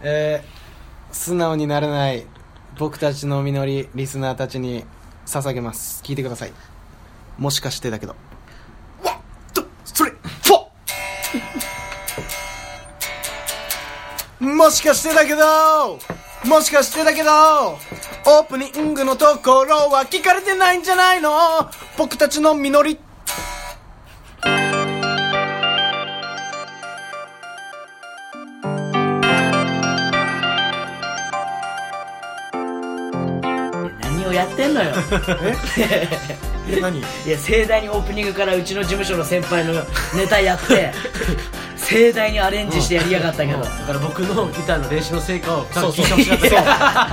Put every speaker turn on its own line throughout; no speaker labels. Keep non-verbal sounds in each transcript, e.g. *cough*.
えー素直になれない僕たちの実りリスナーたちに捧げます聞いてくださいもしかしてだけどワンツースリーフォーもしかしてだけどもしかしてだけどオープニングのところは聞かれてないんじゃないの僕たちの実り
何をやってんの
*laughs*
よ
え何
いや盛大にオープニングからうちの事務所の先輩のネタやって
*laughs*
盛大にアレンジしてやりやがったけど、
だから僕のギターの練習の成果をちゃんと聞いてほしかっ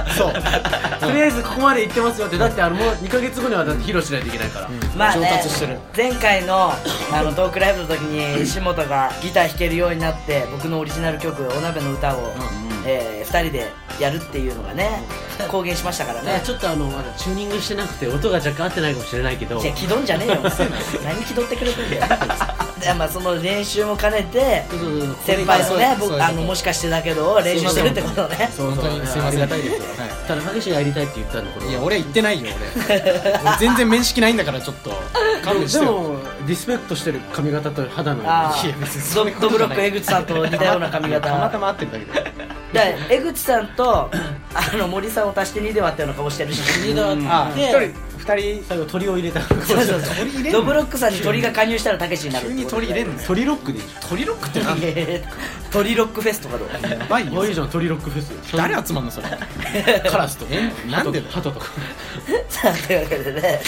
た *laughs* そうとりあえずここまで行ってますよってだってあのもう2ヶ月後にはだって披露しないといけないから、
まあね
上達してる
前回のあのトークライブの時に下本がギター弾けるようになって僕のオリジナル曲「お鍋の歌を」え2人でやるっていうのがね公言しましたから
だから
ね
ちょっとあのまだチューニングしてなくて音が若干合ってないかもしれないけど
じゃあ気取んじゃねえよ何気取ってくれ
*laughs*
てんだよでまあその練習も兼ねて
そうそうそうここで
先輩の
まあ
ね
そう
僕
そう
あのもしかしてだけど練習してるってことね
そうそう
本当にすいません
ありがたいですよ、
はい
*laughs* ただ激しいやりたいって言ったのこれ
いや俺は言ってないよ俺俺 *laughs* 全然面識ないんだからちょっと勘弁して
で
よ
もリスペクトしてる髪型と肌の
あ
いや
あ
別にそう
ド
いうこ
ド
と
ブ
じ
ロ
ゃ
ッ
ない
ク江口さんと似たような髪型
たまたま合ってんだけど
だから江口さんと *clears throat* あの森さんを足して2で割ったような顔してるし
リーダー
あ
で
一人二人
最後鳥を入れた
そうそうそ
鳥入れん
う
の
ドブロックさんに鳥が加入したらたけしになる
急に鳥入れんの
鳥ロックでし
鳥ロックってなんだよ
いやいや *laughs* 鳥ロックフェスとかどう *laughs*
やばい
ょあ
よ
いいじゃん鳥ロックフェス
誰集まんのそれ
カラスと
えなんでだよ
ハトとか
さあというわけでね、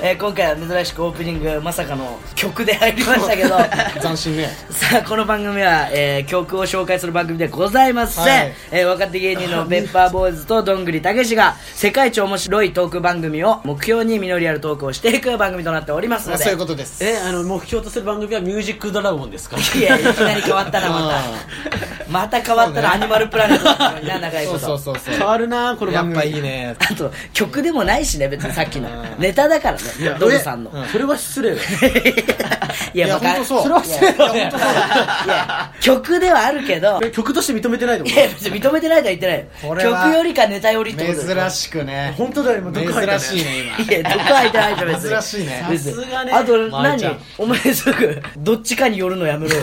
えー今回は珍しくオープニングまさかの曲で入りましたけど
斬新ね
さあこの番組は、えー曲を紹介する番組ではございません、
はい
えー若手芸人
*laughs*
のペッパーボーイズとどんぐりたけしが世界一面白いトーク番組を目標に実りあるトークをしていく番組となっておりますので
そういうことです
えあの目標とする番組は「ミュージックドラゴン」ですから
いやいきなり変わったなまた
*laughs*
また変わったらアニマルプラネットだったのにな長い
そ
こ
う
と
そうそうそう
*laughs* 変わるなこの
や
番
っ
組
ぱいいね
あと曲でもないしね別にさっきのネタだからねドルさ *laughs* んの、
それは失 *laughs* 礼だよ
い
いや
バカ
ほんとそう
それは失礼だよ
いや曲ではあるけど
え曲として認めてないと
い
思
や別に認めてないとは言って
こ
ない
れ
よ
は
曲よりかネタよりってこと
珍
し
しくね
う本当だよ今どこ入った
珍しいね
いやどこ空いてないと別に
珍しいね
別に
さすがね
あと
まあ
何
ちゃん
お前すぐどっちかに寄るの
*laughs*
やめろよ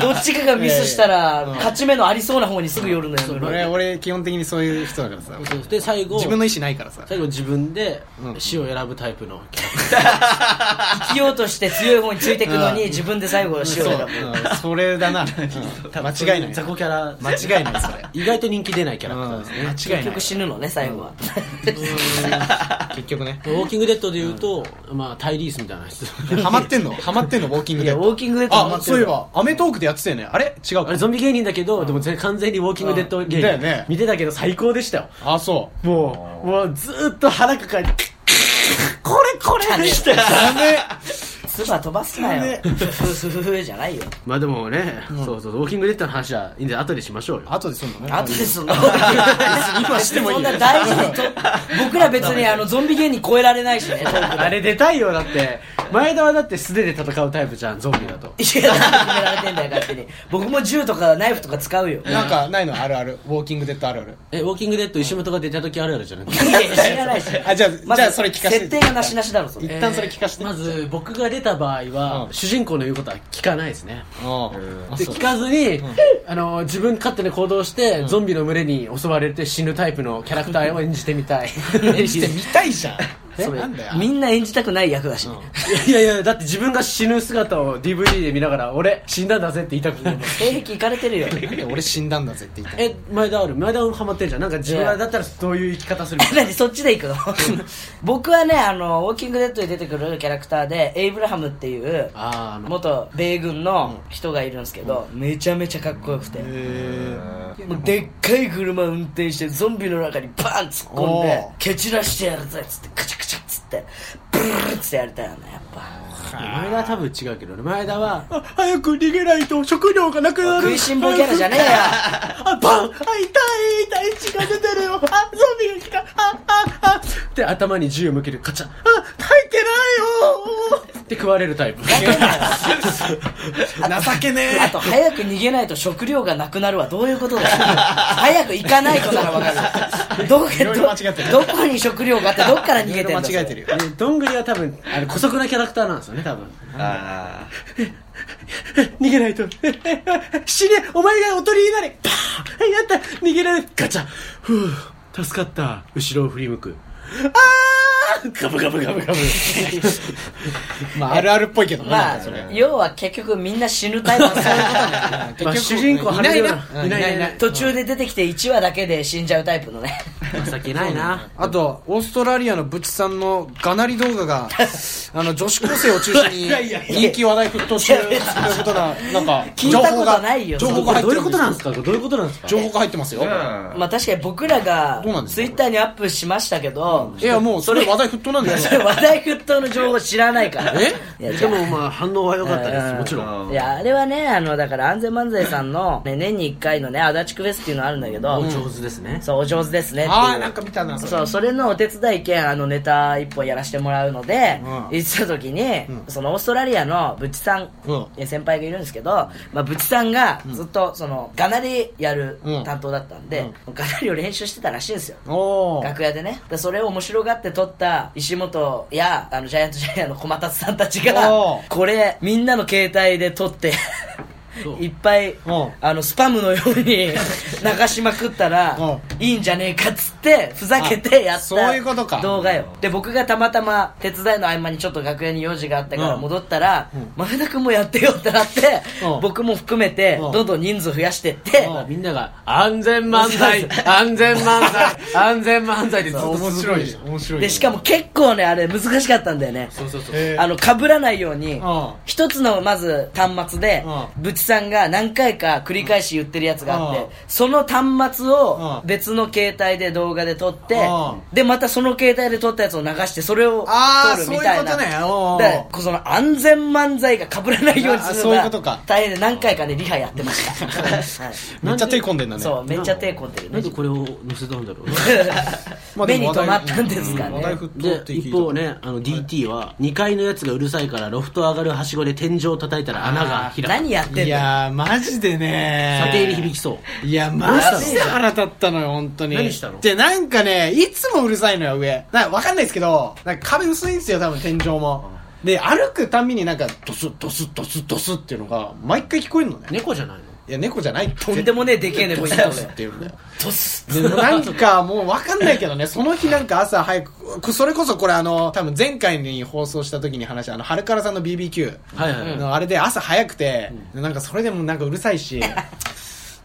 どっちかがミスしたら勝ち目のありそうな方にすぐ寄るのやめろ
俺俺基本的にそういう人だからさ
今で最後
自分の意思ないからさ
最後自分で
うん
死を選ぶタイプのキャラ
生きようとして強い方についてくのに
うん
自分で最後
そ
塩を選
ううんそれ *laughs* だな
多分
間違いない
そうう雑魚キャラ
間違いないそれ
意外と人気出ないキャラクターですね
うん
ぶ
間違
結
いない
局死ぬのね最後は
*laughs* 結局ね
ウォーキングデッドで言うと、まあ、タイリースみたいなやつ。
ハマってんのハマってんのウォーキング
い
デッ
やウ
ド
ォーキングデッドハ
あ
マってる
そういえばアメトークでやってたよねあれ違う
あ
か
れ、ゾンビ芸人だけど、でも全完全にウォーキングデッド芸人。
だよね
見てたけど最高でしたよ。
あそう *laughs*
もう、もうずーっと腹抱えて、これこれでしたよ
ダメ
唾飛ばすなよふふふふじゃないよ
まあでもね、そうそう、ウォーキングデッドの話はいいんで、後でしましょうよ。
後ですんのね
あとでそんな
今してもいい
そん
よ
な大事にと僕ら別にあのゾンビ芸人超えられないしねトー
*laughs*
ク
あれ出たいよ、だって。前田はだって素手で戦うタイプじゃん、ゾンビだと。
いやなんで決められてんだよ勝手に僕も銃とかナイフとか使うよ
*laughs* なんかないのあるあるウォーキングデッドあるある
え、ウォーキングデッド石本が出た時あるあるじゃない
いやいや知らないし
あじゃあ
まず
じゃあそれ聞かせて
設定がなしなしだろそれ
一旦それ聞かせて
まず僕が出た場合は、
うん
主人公の言うことは聞かないですね
うんあ
で
そう
聞かずに、あの自分勝手な行動して、ゾンビの群れに襲われて死ぬタイプのキャラクターを演じてみ *laughs* たい
演じてみたいじ *laughs* ゃん
それ
なんだよ
みんな演じたくない役だしね
いやいやだって自分が死ぬ姿を DVD で見ながら俺死んだんだぜって言いたくない
性癖いかれてるよ *laughs*
なんで俺死んだんだぜって言った
*laughs* え前田ある前田ハマってんじゃんなんか自分はだったらどういう生き方する
何そっちで行くの *laughs* 僕はねあのウォーキングデッドで出てくるキャラクターでエイブラハムっていう
*laughs* あーあの
元米軍の人がいるんですけど、めちゃめちゃかっこよくて、もうでっかい車運転してゾンビの中にバーン突っ込んで
おー
蹴散らしてやるぜっつってカチャカチャっつってブルーっつってやりたいよねやっぱ
前田は多分違うけどね前田はあ早く逃げないと食料がなくなる
食いしん坊キャラじゃねえよ
あバンあ痛い痛い血が出てるよあゾンビが来たあああって頭に銃を向けるカチャあ耐えてないよって食われるタイプ
情けね
*laughs* あと早く逃げないと食料がなくなるはどういうことだよ早く行かないとならわかるどこ
いろいろ間違ってる
どこに食料があってどっから逃
え
げてんだ
間違えてるよ
でどんぐりは多分あの姑息なキャラクターなんですよね多分
あ
*laughs* 逃げないと *laughs* 死ねお前がおとりになれパー *laughs* ンやった逃げられるガチャふう助かった後ろを振り向くあーガブガブガブガブ
まああるあるっぽいけどな
ま
なんかそれ
あ要は結局みんな死ぬタイプのそういうことなんだよ
結
まあ
局
主人公
いないな
はめるようないないいない
途中で出てきて1話だけで死んじゃうタイプのね
*laughs* 情けないな
あとオーストラリアのブチさんのがなり動画があの女子高生を中心に
いやいやいや
人気話題沸騰してるということななんか
聞いたことないよ
情報
*laughs* こ
が
れ
情
どう
報が入ってる
いうことなんですかこれどういうことなんですか
情報が入ってますよ、
あうん
まあ確かに僕らが
どうなんです
ツ
か
イッターにアップしましたけど
いやもうそれ話題沸騰なんですよ
話題沸騰の情報知らないから
え
いや
でもまあ反応は良かったですもちろん
うん
いやあれはねあのだから安全漫才さんの、ね、年に1回のね足立区フェスっていうのあるんだけど、
上手ですね
そうお上手ですねっていう
ああなんか見たなそれ
そうそれのお手伝い兼あのネタ一本やらせてもらうので、
うん
行ってた時に、そのオーストラリアのブチさん、
うん
え先輩がいるんですけど、まあ、ブチさんがずっとそのがなりやる
うん
担当だったんで、がなりを練習してたらしいんですよ
おお
楽屋でねでそれを面白がって撮った石本やあのジャイアントジャイアンの駒達さんたちが
おー
これみんなの携帯で撮って
そう
いっぱい
おう
あのスパムのよう
*laughs*
に流しまくったら
お
いいんじゃねえかっつってふざけてやった
そういうことか
動画よで僕がたまたま手伝いの合間にちょっと楽屋に用事があったから
うん
戻ったら
ん
前田君もやってよってなって
おう
僕も含めて
おう
どんどん人数増やしてって
おう
みんなが安全漫才安全漫才安全漫才でずっと
面
続
白
くん
い
でしょ
面白い
でしかも結構ねあれ難しかったんだよね
そうそうそう
へー
あの、被らないように
うん、
一つのまず端末で、
う
ブチさんが何回か繰り返し言ってるやつがあっ
うん
て、その端末を
うん
別の携帯で動画で撮って
うん、
で、またその携帯で撮ったやつを流して、それを
あー
撮るみたいな。
そういうことねうん
で、こうその安全漫才が被らないようにする
あそう
の
いうことか
が、大変で何回かね、リハやって
*laughs*
ました。はい
めっちゃ手込んでんだね
*laughs* そう、めっちゃ手込んでる
なん
ね
で。これを載せたんだろう
まあで
目
も
に
話題
留まったんですか
うん話題
ね。
沸騰
*laughs* で
って聞い
一
た
方ねあの DT は2階のやつがうるさいからロフト上がるはしごで天井を叩いたら穴が開く
何やってんだ
い
よ
やーマジでね
査定に響きそう
いやマジで腹立ったのよ本当に
何したの
でなんかねいつもうるさいのよ上なわかんないですけどなんか壁薄いんですよ多分天井もで歩くたんびになんかドスッドスッドスッドスッっていうのが毎回聞こえるのね
猫じゃないの
いや猫じゃないと
とんでもねえでけえね
ド
こい
ス *laughs*
つ
ッドスッって言うんだよ
ドス
でなんかもうわかんないけどねその日なんか朝早くこそれこそこれあの多分前回に放送した時に話したあの春からさんの BBQ
*laughs* はいはい、
のあれで朝早くて、なんかそれでもなんかうるさいし *laughs*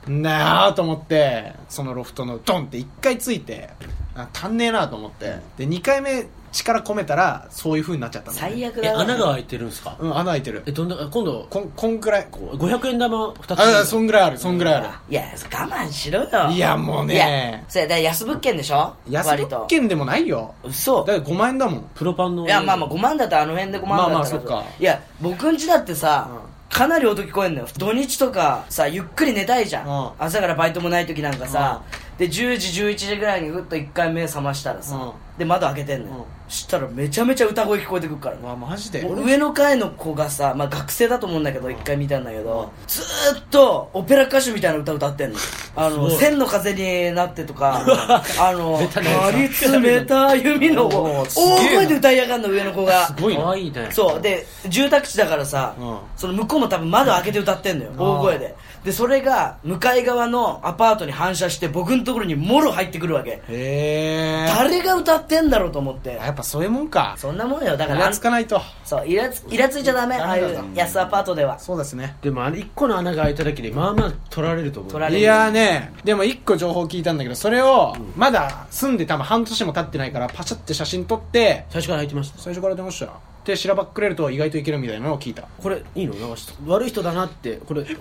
なあと思ってそのロフトのドンって1回ついてあ足んねえなと思ってで2回目力込めたらそういう風になっちゃったの、
最悪
え
だわ
穴が開いてるんですか
うん穴開いてる
えどんな今度
こんこんくらい
500円玉2つ
あそんぐらいあるそんぐらいあ
いや我慢しろよ
いやもうね
いやそれだから安物件でしょ
る安物件でもないよだ
嘘
から5万円だもん
プロパンの
いやまあまあ5万だったらあの辺で5万だった
まあ
ら
まあそっか
いや僕ん家だってさ、かなり音聞こえんのよ土日とかさゆっくり寝たいじゃん、
うん
朝からバイトもない時なんかさ、で10時11時ぐらいにぐっと1回目覚ましたらさ、
う
で窓開けてんのよ、
うん
したらめちゃめちゃ歌声聞こえてくるから
わマジで
もう上の階の子がさ、まあ、学生だと思うんだけど一回見たんだけどずーっとオペラ歌手みたいな歌歌ってんのあの「
すごい
千の風になって」とか「あの
ベタなやつだ
張り詰めた弓の」
お
を
ーすげえな
大声で歌いやがんの上の子が
すごい
か
な
わいいね
そうで住宅地だからさ、
うん
その向こうも多分窓開けて歌ってんのよ大声ででそれが向かい側のアパートに反射して僕のところにもろ入ってくるわけ
へえ
誰が歌ってんだろうと思って
やっぱそういうもんか
そんなもんよだから
懐かないと
そうイラつイラついちゃダメ
ダ
ああ
メ
い
だ
う安アパートでは
そうですね
でもあれ1個の穴が開いただけでまあまあ取られると思う
取られる
いやーねでも一個情報聞いたんだけどそれをまだ住んで多分半年も経ってないからパシャって写真撮って
最初から開いてました
最初から出ましたよでしらばっくれると意外といけるみたいなのを聞いた
これいいのなんか悪い人だなってこれブイー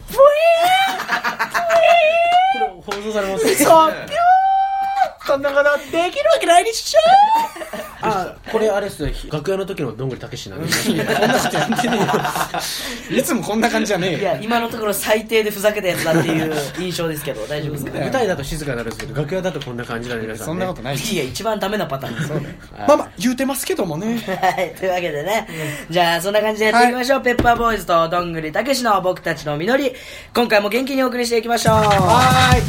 これ放送されます
そっぴょーこんなことできるわけないでしょ
くりした
あ
これあれっすよ楽屋の時のどんぐりたけしなんで
いやこんなことやってねえよい
*laughs*
つもこんな感じじゃね
い
えよ
や今のところ最低でふざけたやつだっていう印象ですけど大丈夫ですか
や
舞台だと静かになるんですけど楽屋だとこんな感じなんで皆さん、ね、
そんなことない
いや一番ダメなパターンです
はい
まあまあ言うてますけどもね
はい、というわけでね、じゃあそんな感じでやっていきましょう、ペッパーボーイズとどんぐりたけしの僕たちの実り今回も元気にお送りしていきましょう
はーい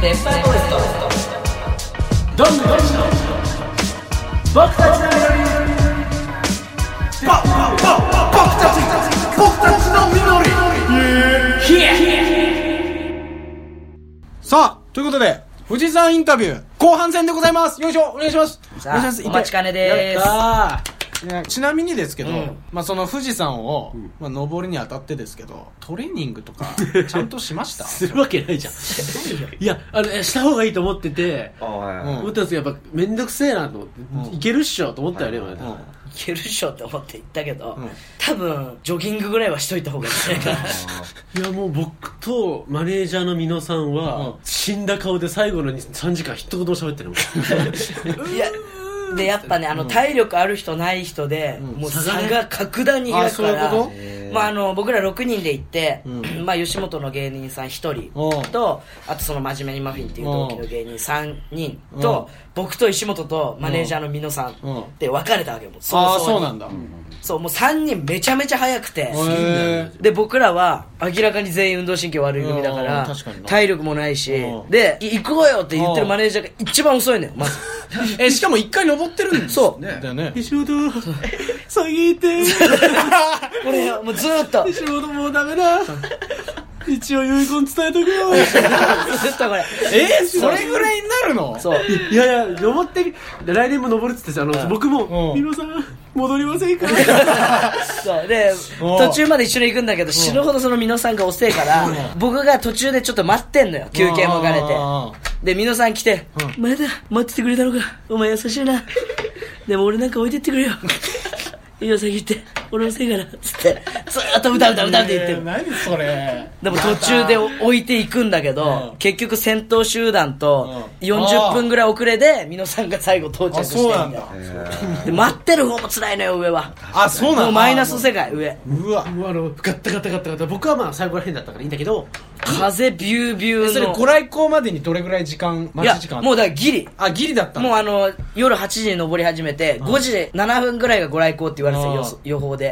ペッパーボーイズと
どんぐりたけしの僕たちの緑
さあということで富士山インタビュー後半戦でございますよいしょお願いします
さあ
願いします
お待ちかねです
やったーいやちなみにですけど、
ん
まあ、その富士山を、まあ、登るにあたってですけどトレーニングと *laughs* かちゃんとしました
するわけないじゃんいやあのえした方がいいと思ってて
うん
思ったんですけどやっぱ面倒くせえなと思って、
うん
いけるっしょと思ったよね、俺
うん
いけるっしょって思って言ったけど、
うん
多分ジョギングぐらいはしといた方がいいんじゃないかない
やもう僕とマネージャーの美濃さんは、
うん
死んだ顔で最後の3時間一言も喋ってるもん *laughs*
いやでやっぱねあの体力ある人ない人で、もう
差
差
がね
が格段に開くから
あそういうこと
まあ、あの僕ら6人で行って、
う
まあ、吉本の芸人さん1
おう
人とあとその真面目にマフィンっていう同期の芸人3人と
お
僕と石本とマネージャーの美濃さ
おうん
で別れたわけよもう早
ああ
々に
そうなんだ、
そうもう3人めちゃめちゃ速くて
へ
で僕らは明らかに全員運動神経悪い組だか
うん
ら
確かにな
体力もないし
うん
でい行こうよって言ってるマネージャーが一番遅いのよまず
ーえしかも一回登ってるんです
そう
だよね
石本 *laughs* 下げて
俺もうずーっとず
石本もうダメだ一応遺言伝えとくよ
ーっとこれ
えー、それぐらいになるの
そう
いやいや登ってみ来年も登るっつってさあの、僕も
う
美
ん
濃さん戻りませんかい
そうで
おう
途中まで一緒に行くんだけど死ぬほどその美濃さんが遅いから僕が途中でちょっと待ってんのよ休憩も兼ねてで美濃さん来て「前田待っててくれたのかお前優しいなでも俺なんか置いてってくれよいいよ先行って俺のせいから」つってずーっと歌歌歌って言って
えー
る
何それ
でも途中で置いていくんだけ
う
ど
ん
結局先頭集団と
うん
40分ぐらい遅れで美濃さんが最後到着
あ
してん
そう
だ
な
よ
んだ
で待ってる方も辛いのよ上は
あそうなんだ
もうマイナス世界上
うわ
もうあのガッタガタガタガタ僕はまあ最後らへんだったからいいんだけど
風ビュービューの
それご来光までにどれぐらい時間
い
待
や
ち時間あった
もうだからギリ
あギリだったの
もうあの夜8時に登り始めて5時7分ぐらいがご来光って言われてたよ予想予報で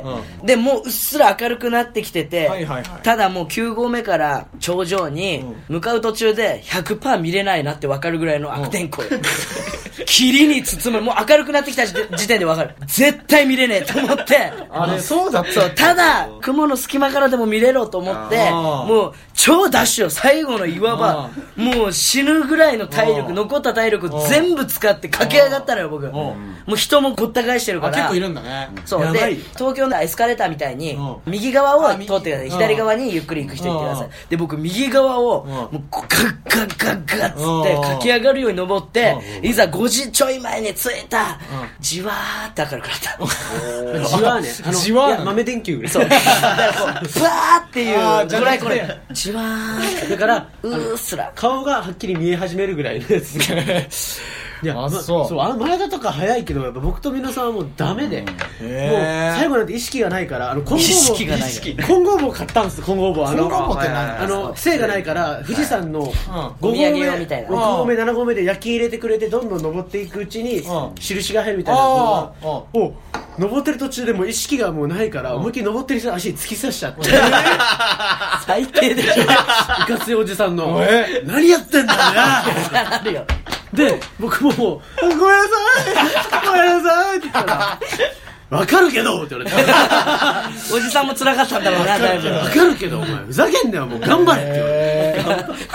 でもううっすら明るくなってきてて
はいはいはい
ただもう9合目から頂上に向かう途中で100%見れないなって分かるぐらいの悪天候よ *laughs* 霧に包まれもう明るくなってきた時時点で分かる絶対見れねえと
*laughs*
思って
あれそうだった
そうただ雲の隙間からでも見れろと思って
あー
もう超ダッシュよ最後の岩
あ
場もう死ぬぐらいの体
あ
力
ー
残った体力全部使って駆け上がったのよ僕
ん
もう人もごった返してるか
あ
ら
結構いるんだね
そ
や
う
ば
で
い
東京のエスカレーターみたいに
うん
右側
あ
を
右
通ってください
うん
左側にゆっくり行く人いってくださ
う
い
ん
で僕右側を
うん
もうこうガッガッガッガッつ
う
っ
ん
て駆け上がるように登って
う
いざ5時ちょい前に着いたじわーって明るく
*laughs*
なった
じわーねあの
じわー
い
なの
や豆電球ぐらい *laughs*
そう。だからこう、バーっていう
あーじゃ
ぐら
なく
い
て
これ、じわー
だから
うーっすら。
顔がはっきり見え始めるぐらいのやついや
あ
ま
そう
そうあの前田とか早いけどやっぱ僕と皆さんはもうダメで、もう
へー
最後なんて意識がないからあの混合棒
意識がない
混合棒買ったんです混合棒あの
混合棒って何
あの性がないから富士山の5合
お
目
土産用みたい
6
な
合目7合目で焼き入れてくれてどんどん登っていくうち
う
に
ん
印が入るみたいなの
あーあ
がお登ってる途中でもう意識がもうないから思いっきり登ってる人の足に突き刺しちゃって
最低でしょ。
いかついおじさんの
え
何やってんだよな
なるよ。
で、僕ももう、ごめんなさいごめんなさいって言ったら、わかるけどって言われて、
おじさんも辛かったんだろうな、だいぶ。
わかるけど、お前、ふざけんなよ、もう頑張れって言われて。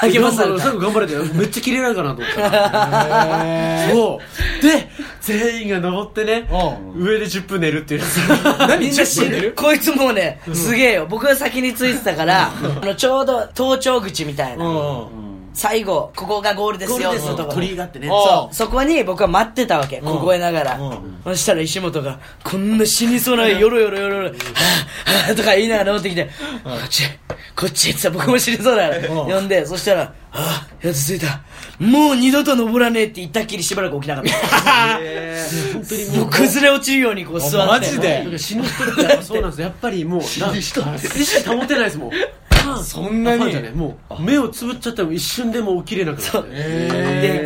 え
励まさ
最
れた。
後頑張れって、めっちゃキレられるかなと思った。
ー
そう。で、全員が登ってね、上で10分寝るっていう。
何
みんな
10
死
分寝
ぬ
る。
こいつもうね、すげえよ。僕が先についてたから、あの、ちょうど登頂口みたいな。
うん
最後ここがゴールですよって
そ
と
う
こ
鳥居があってね
あ
そうそこに僕は待ってたわけ凍えながら
うん
そしたら石本がこんな死にそうなよろよろよろよろはぁはぁとか言いながら登ってきてこっちこっちって言って僕も死にそうだから
うん
呼んでそしたらああやつついたもう二度と登らねえって言ったっきりしばらく起きなか *laughs* った
本当に
もう崩れ落ちるようにこう座って
あマジで
なんか死ぬ人ってやっぱそうなんですよやっぱりもうなん意識保てないですもん
そんなに
パンじゃねもう目をつぶっちゃったら一瞬でもう起きれなくな
そう
る
へ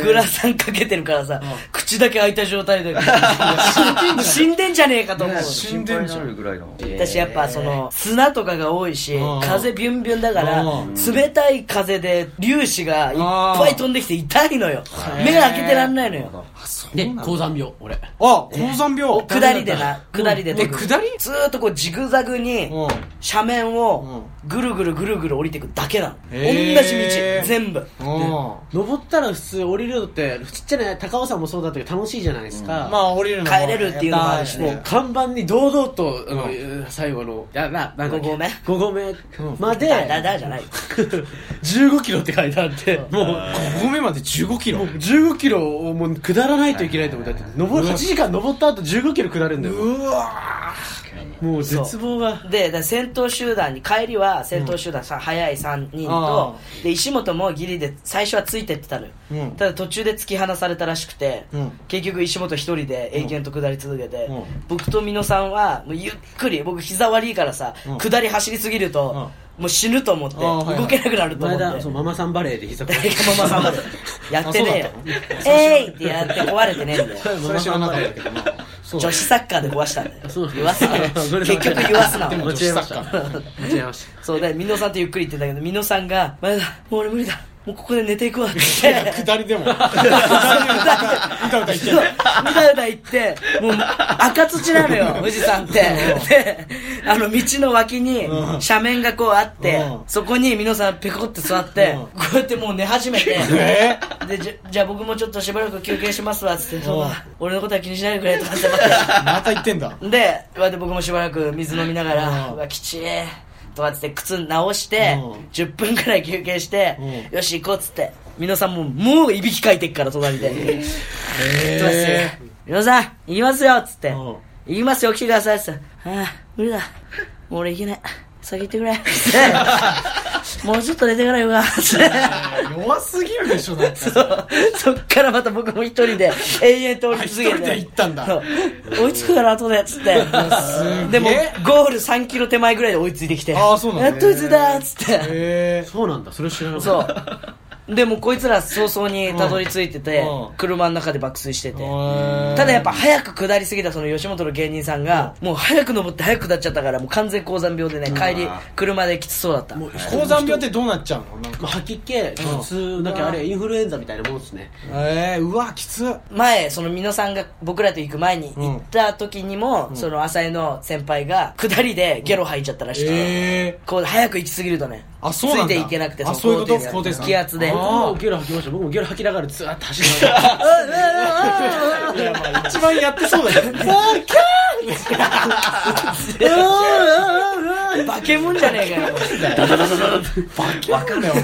で
ー
グラサンかけてるからさ口だけ開いた状態で *laughs* 死んでんじゃねえかと思う
死ん
心
でん
配に
じゃ
なんるぐらいの
私やっぱその砂とかが多いし
うん
風ビュンビュンだから
うん
冷たい風で粒子がいっぱい飛んできて痛いのよ
い
目が開けてらんないのよ
で高山病俺
あ高山病
下りでな下りで
え下り
ずーっとこうジグザグに
うん
斜面をぐるぐるぐるぐる降りてくだけなの同じ
へー
道全部
うん
登ったら普通降りるのってちっちゃな高尾山もそうだったけど楽しいじゃないですか、
まあ降りるのも
帰れるっていうのもあるしね
やった
看板に堂々と、あの最後のやななんだっけ
五合目
五合目まで、
だだ
*laughs*
だじゃない
15キロって書いてあってもう
ー5合目まで1 5キロ
15キロをもう下らないといけないと思ってだって登る8時間登った後15キロ下るんだよ
うわ
もう絶望が
でだ先頭集団に帰りは先頭集団さ、早い3人と
あ
で石本もギリで最初はついてってたのよ、
うん
ただ途中で突き放されたらしくて、
うん
結局石本一人で永遠と下り続けて、
うん
僕と美濃さんはもうゆっくり僕膝悪いからさ、
うん
下り走りすぎると、もう死ぬと思って、
あーはいはい
動けなくなると思
前
って
田そうママさんバレーで膝
*laughs* 誰かママ
*laughs*
さんまでやってね
あそうだったの
えよえいってやって壊れてねえんだよ
ーそれ知らなかったけどな
そう
女子サッカーで壊したんだよ
そう
言わ
*laughs*
すな
*laughs* ごめんな
結
さい
局言わすな
でも
間
女子
違え
サ
ま
ッ
した
カー
間違えまし
そうで、みのさんとゆっくり言ってたけど、みのさんが、前田、もう俺無理だ。もうここで寝ていくわって。
下りでも下りでもうたうた言ってる
そううだうだ行って、もう赤土なのよ、富士山って。で、あの道の脇に
うん
斜面がこうあって
うん、
そこに皆さんペコって座って、
うん
こうやってもう寝始めて、
え
で、じゃじゃあ僕もちょっとしばらく休憩しますわ、つって、そううん俺のことは気にしないでくれ、とかって待って。
ーまた言ってんだ
で、こうやって僕もしばらく水飲みながら、
うん
うわ、きちえ。とかっつって靴直して、
うん
10分くらい休憩して、
うん
よし行こうっつって、みのさんももういびきかいてっから隣で。行きますよ
へ。
みのさん、行きますよっつって、
うん
行きますよ、来てくださいっつって、ああ、無理だ。もう俺行けない。先行ってくれ。 *laughs* もうちょっと寝てからよか。つって
ー弱すぎるでしょだって
そう *laughs* そっからまた僕も一人で永遠と追い続けて
あ一人で行ったんだ
そう追いつくから後でっつってでもゴール3キロ手前ぐらいで追いついてきて
あーそうなんだ
やっと追いついたっつって
へ
たそうなんだそれ知らなかっ
そ
た
うでもこいつら早々にたどり着いてて
うんうん
車の中で爆睡してて
え
ただやっぱ早く下りすぎたその吉本の芸人さんがもう早く登って早く下っちゃったからもう完全高山病でね帰り車できつそうだった
もう
高山病ってどうなっちゃうのなんか
まあ、吐き気頭痛だけあれインフルエンザみたいなもんですね
えーうわきつ
前その美濃さんが僕らと行く前に行った時にも、その浅井の先輩が下りでゲロ吐いちゃったらしくて、
え
こう早く行き過ぎるとね
あそうなんだ
ついていけなくて
あそういうこと
の
高低差
気圧で
あ
僕もゲロ吐きました僕もゲロ吐きながらずーっと走りながら
ー一番やってそうだよね
バケモンじゃねえかよ *laughs*
わかんないよ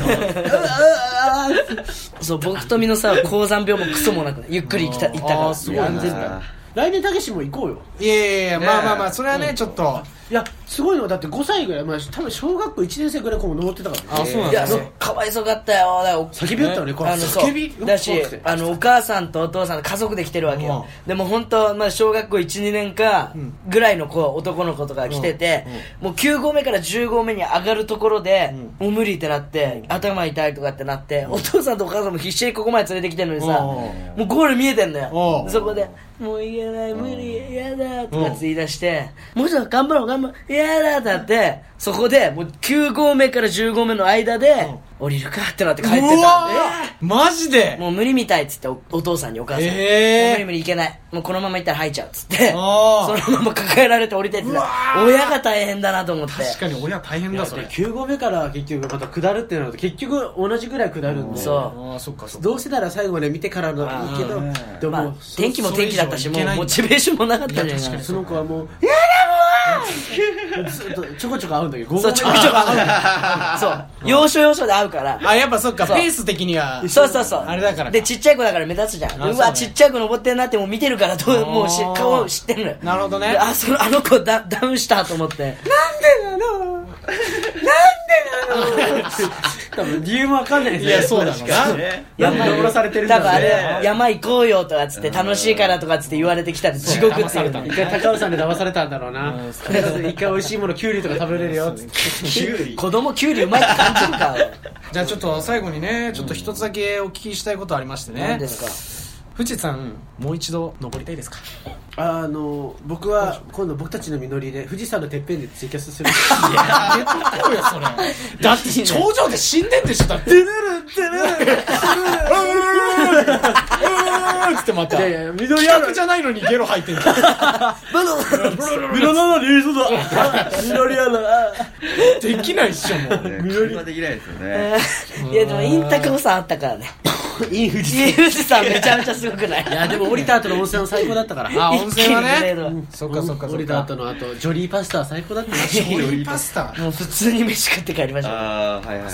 そう僕と美濃さんは高山病もクソもなくねゆっくり行きた行ったから
あーすごい
*laughs*
ね
安全
あ
来年たけしも行こうよ
いやいやいやまあまあまあそれはねちょっと
いやすごいのはだって5歳ぐらい、まあ、多分小学校1年生ぐらいこう登ってたから、
あそうなん
いや
だ
そうかわいそうかったよだから
叫びだったのねこれ
あのそう
叫び
だし
怖くて
あのお母さんとお父さんの家族で来てるわけよ、でも本当まあ小学校12年かぐらいの子男の子とかが来てて、もう9合目から10合目に上がるところで、もう無理ってなって、頭痛いとかってなって、お父さんとお母さんも必死にここまで連れてきてるのにさ、もうゴール見えてんのよ
う、ん
そこで「もういけない無理やだ」とかって言い出して「もうちょっと頑張ろう頑張ろうやだ」ってなってそこでもう9合目から10合目の間で降りるかってなって帰ってたん
う
で
わーマジで
もう無理みたいっつっておお父さんにお母さんに、
えー
もう無理無理いけないもうこのまま行ったら吐いちゃうっつってそ
あー
のまま抱えられて降りてってた親が大変だなと思って
確かに親大変だそれ
9合目から結局また下るってなると結局同じぐらい下るんで
そう
ああそっかそっか
どうせなら最後まで見てからのいいけどでも
まあ
そ
天気も天気だったし
そ
も
れ以上いけ
う
ない
モチベーションもなかったじゃない
その子はもう *laughs* ずっとちょこちょこ会うんだけど、5
そう、ちょこちょこ会うのそう、要所要所で会うから。
あ、やっぱそっか、ペ
そう
ース的には。
そうそうそう。
あれだからか
で、ちっちゃい子だから目立つじゃん。
あ
う
そう
わ、
ね
ちっちゃい子登ってんなってもう見てるから、どうもうし
あー
顔知ってんのよ。
なるほどね
であ、その、あの子ダダウンしたと思って。
多分理由もわかんないですね。
いやそうだろうな
確かにねなんで
山
登らされてるん
だ
だ
からあ
ろう
れ、
ね。
山行こうよとかっつって、楽しいからとかっつって言われてきたら地獄っていう
騙され
一
ね。
回高尾山で騙されたんだろう *laughs* な
うん。
一回美味しいもの、キュウリとか食べれるよっつって。
キュウリ
子供給料うまいって感じる
*laughs*
か。
じゃあちょっと最後にね、ちょっと一つだけお聞きしたいことありまして
何
ね
で。す
富士山、もう一度登りたいですか
あの、僕は、今度僕たちの実りで、富士山のてっぺんでツイキャスする。
いや、やめとこうよ、それ。だって、頂上で死んでんでしょ、だって。つってまた。
いやいや、緑ある。
じゃないのにゲロ吐いてんだ。
かバナ
緑ある、そう *laughs* だ。緑ある。
できないっしょ、もう。
ね車はできないですよね
いやでもインタクモさんあったからね。
いい富士
イ富士山めちゃめちゃすごくない
いや、でも降りた後の温泉は最高だったから。
あ、温泉はね。そっかそっか
降
そっ
りた
か
後。の後、ジョリーパスタは最高だ *laughs* ったな。
オリパスタ。
もう普通に飯食って帰りました
ああはいはいは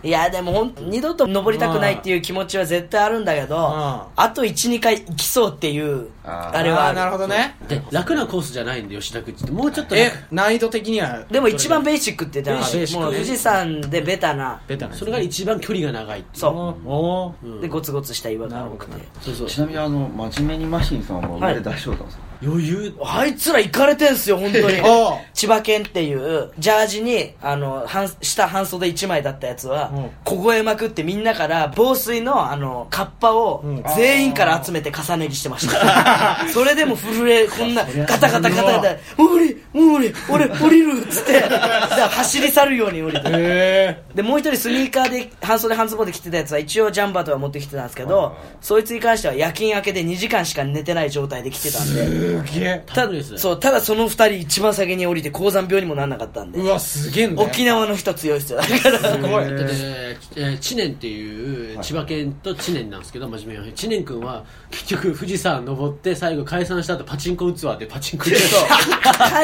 い
いやでもほん二度と登りたくないっていう気持ちは絶対あるんだけどあと12回行きそうっていう
あー
あれは
あ
あ
あ、
る
なるほどね。
で楽なコースじゃないんで吉田くんちってもうちょっと
え
ね、
難易度的には。
でも一番ベーシックって言った
ベーシック
らもう富士山でベタな
ベタな
それが一番距離が長いっていう
そう
おー
でゴツゴツした岩が多くて
そうそう
ちなみにあの真面目にマシンさんは
はい
腕出しようと思って
余裕
あいつら行かれてんすよ本 *laughs* 当に
おう
千葉県っていうジャージにあの半下半袖1枚だったやつは
うん
凍えまくってみんなから防水のあのカッパを
ん
全員から集めて重ね着してました
*laughs*
それでも震えこんなガタガタガタガタ「もう無理もう無理俺降りる」っつって
*laughs*
で走り去るように降りて
へ
でもう一人スニーカーで半袖半ズボンで着てたやつは一応ジャンバーとか持ってきてたんですけどそいつに関しては夜勤明けで2時間しか寝てない状態で来てたんで
え。すげえ。
タ
た
ブレス
そうただその二人一番先に降りて高山病にもなんなかったんで
うわ、すげえんだよ。
沖縄の人強いっすよだから
すごい。
だってねえー知念っていう千葉県と知念なんですけど真面目に知念君は結局富士山登って最後解散した後パチンコ打つわってパチンコ行く
そう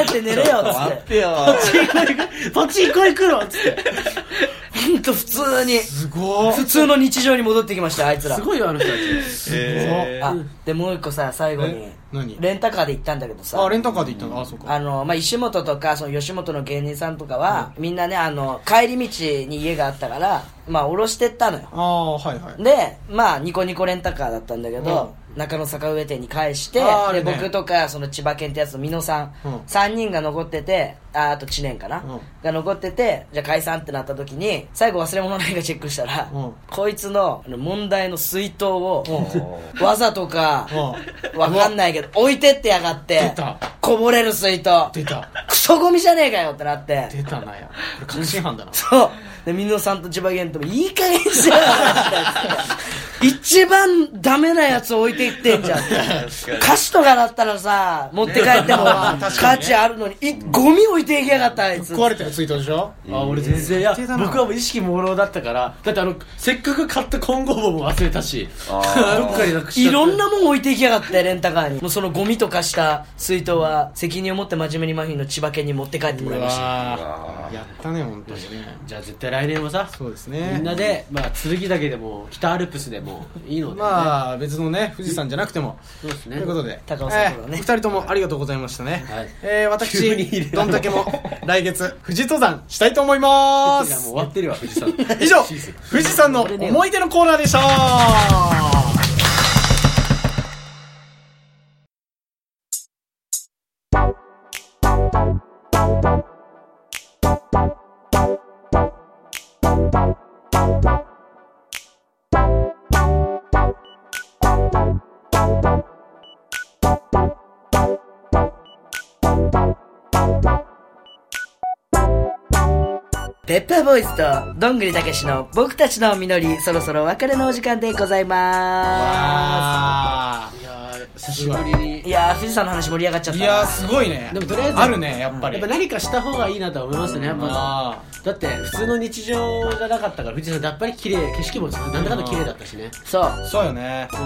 帰って寝れよっつっ
い
て
や
*laughs* パチンコ行くのっつって
ほんと普通に
すごい。
普通の日常に戻ってきましたあいつら
すごいよあの人たち
あでもう一個さ最後に
え何
レンタカーで行ったんだけどさ
あ、レンタカーで行ったのあ、そうか。
あの、まあ、石本とか、その吉本の芸人さんとかは、みんなね、あの、帰り道に家があったから、まあ、降ろしてったのよ。
ああ、はいはい。
で、まあ、ニコニコレンタカーだったんだけど、中野坂上店に返して、
あーあ
で、
るね
僕とか、その千葉県ってやつの美濃さん、
うん
3人が残ってて、ああと知念かな、
うん
が残ってて、じゃあ解散ってなった時に、最後忘れ物ないかチェックしたら、
うん
こいつのあの問題の水筒を、
う
わざとか、
う
わかんないけど、置いてってやがって、
出た
こぼれる水筒。
出た。
クソゴミじゃねえかよってなって。
出たなや。これ確信犯だな。
そう。で、みのさんと千葉県とも、いい加減にしろよって一番ダメなやつ置いていってんじゃん。歌詞とかだったらさ、持って帰っても
まあ確かにね
価値あるのに、いゴミ置いていきやがった、あいつ。
壊れたよ、ツイートでしょ
あ俺全然いや
絶対だな
僕はもう意識朦朧だったからだってあのせっかく買った混合棒も忘れたし *laughs* どっ
あー
かになくしちゃ
い
って
ろんなもん置いていきやがって、レンタカーに。もうそのゴミとかした水筒は、責任を持って真面目にマフィンの千葉県に持って帰っても
う
らいました。
わーやったね、本当にね。
じゃあ絶対来年もさ
そうですね
みんなで、まあ、剣岳でも北アルプスでもいいので、ね、
まあ、別のね、富士山じゃなくても。
そうです
と
ね
いうことで、
高尾さんとのね
えーお二人ともありがとうございましたね。
はい
えー
急に入れ
私、
たの
どんだけも来月、富士登山したいと思いま
いやもう
す
終わってるわ富士山
以上、富士山の思い出のコーナーでした。
ペッパーボーイズと、どんぐりたけしの僕たちの実り、そろそろお別れのお時間でございま
あ
いやー久しぶりに
す。いやー、富士山の話盛り上がっちゃっ
ー
た
い
な。
やー、すごいね。
でもとりあえず
あるね、やっぱ
や
り。
っぱ何かした方がいいなとは思いますねやっぱ
あ
だって普通の日常じゃなかったから富士山ってやっぱり綺麗景色もなんだかんだ綺麗だったしね
そう *laughs*
ー。そうよね。
うん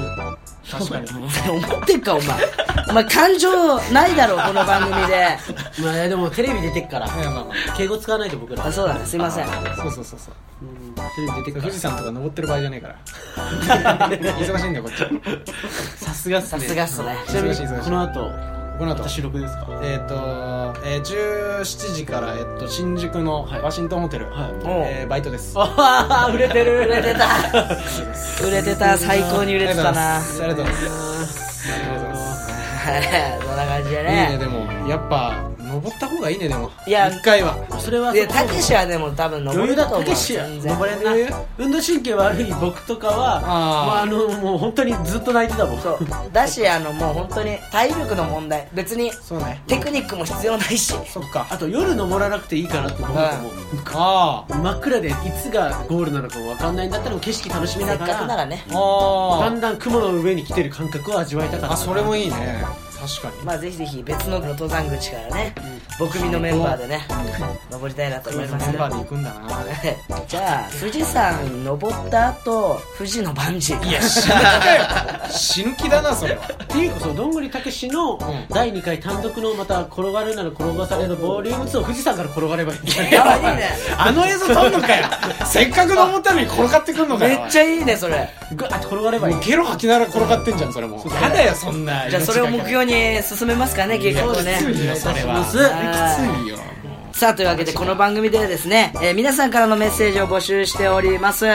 確かに
思ってっかお前お前感情ないだろこの番組で *laughs*
まあでもテレビ出てっから
いやまあま
敬語使わないと僕ら
あそうだねすいません
そうそうそうそう
うんテレビ出てっから
富士山とか登ってる場合じゃねえから忙しいんだよこっち
さすがっす
さ
ね
すがっすね
ちなみに
忙しい忙しい
この後
この
ま
後
た収録ですか
えっ、と、えー、17時から、えっと新宿の
はい
ワシントンホテル、
はい
えーバイトです
ああ売れてる
売れてた売れてた最高に売れてたな
ありがとうございますありがとうございます
はいそんな感じで
いいね
ね
でもやっぱ登った方がいいねでも
いや
一回は
それは
でたけしはでも多分登
余
る
裕だ
と思
た
う
けしは
全然
登れんな
余裕
運動神経悪い僕とかは
あー
まあ、あのもう本当にずっと泣いてたもん
そうだしあのもう本当に体力の問題別に
そうね
テクニックも必要ないし
そっか
あと夜登らなくていいかなって思う
はい
と思う
ああ
真っ暗でいつがゴールなのかも分かんないんだったらもう景色楽しみ
せ
な
っか
が
く
ら
ならね
あ
だんだん雲の上に来てる感覚を味わいたかった
あそれもいいね確か
まあぜひぜひ別の登山口からね、僕組のメンバーでね、登りたいなと思い
に
ま
メ
す
ンバーで行くんだな
*laughs* じゃあ富士山登った後富士のバンジーい *laughs* や
死ぬ気だよ死ぬ気だなそれは
っていうかそのどんぐりたけしの
ん
第2回単独のまた転がるなら転がされるボリューム2を富士山から転がればいいんじゃない
やばいね
あの映像撮んのかよせっかく登ったのに転がってくんのか
め
よ
っちゃいいねそれ
ぐわーって転がればいい
もうゲロ吐きながら転がってんじゃんそれもうやだよそんな
じゃあそれを目標に進めますかね結構ね
きついよそれは
そうです
はい
きついよもう
さあというわけでこの番組ではですね、えー皆さんからのメッセージを募集しております、
い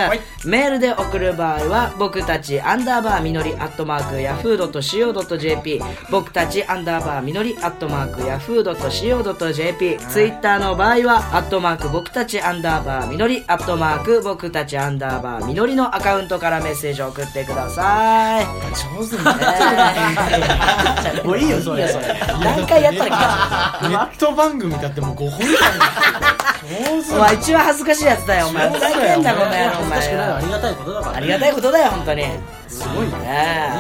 メールで送る場合は僕たちアンダーバーみのりアットマークヤフー .co.jp 僕たちアンダーバーみのりアットマークヤフー .co.jp ツイッターの場合はアットマーク僕たちアンダーバーみのりアットマーク僕たちアンダーバーみのりのアカウントからメッセージを送ってください
上手に
え *laughs* ー
もういいよそれ
何回やったらか
ネット番組だってもう5本以上ある上手
お *laughs* 前一番恥ずかしいやつだよお前ふざけんなこの野郎お
恥ずかしくない
前
ありがたいことだから
ありがたいことだよ本当にね
すごいねい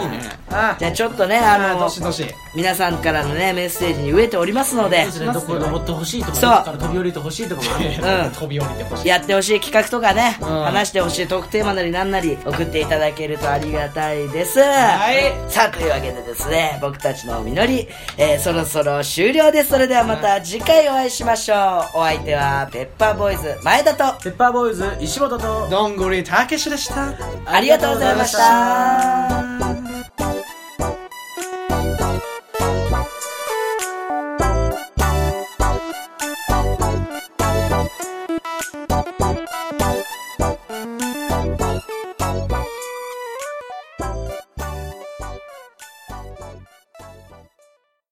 いね
あじゃあちょっとねあ
あ
の
どしどし
皆さんからのねメッセージに飢えておりますので
そうですねどこ登ってほしいとか
そう
どこから飛び降りてほしいとかもある
ん
飛び降りてほしい
やってほしい企画とかね、
ん
話してほしいトークテーマなりなんなり送っていただけるとありがたいです。
はい
さあ、というわけでですね、僕たちの実り、えーそろそろ終了です。それではまた次回お会いしましょう。お相手は、ペッパーボーイズ、前田と、
ペッパーボーイズ石本と
どんぐりたけしでした
ありがとうございました。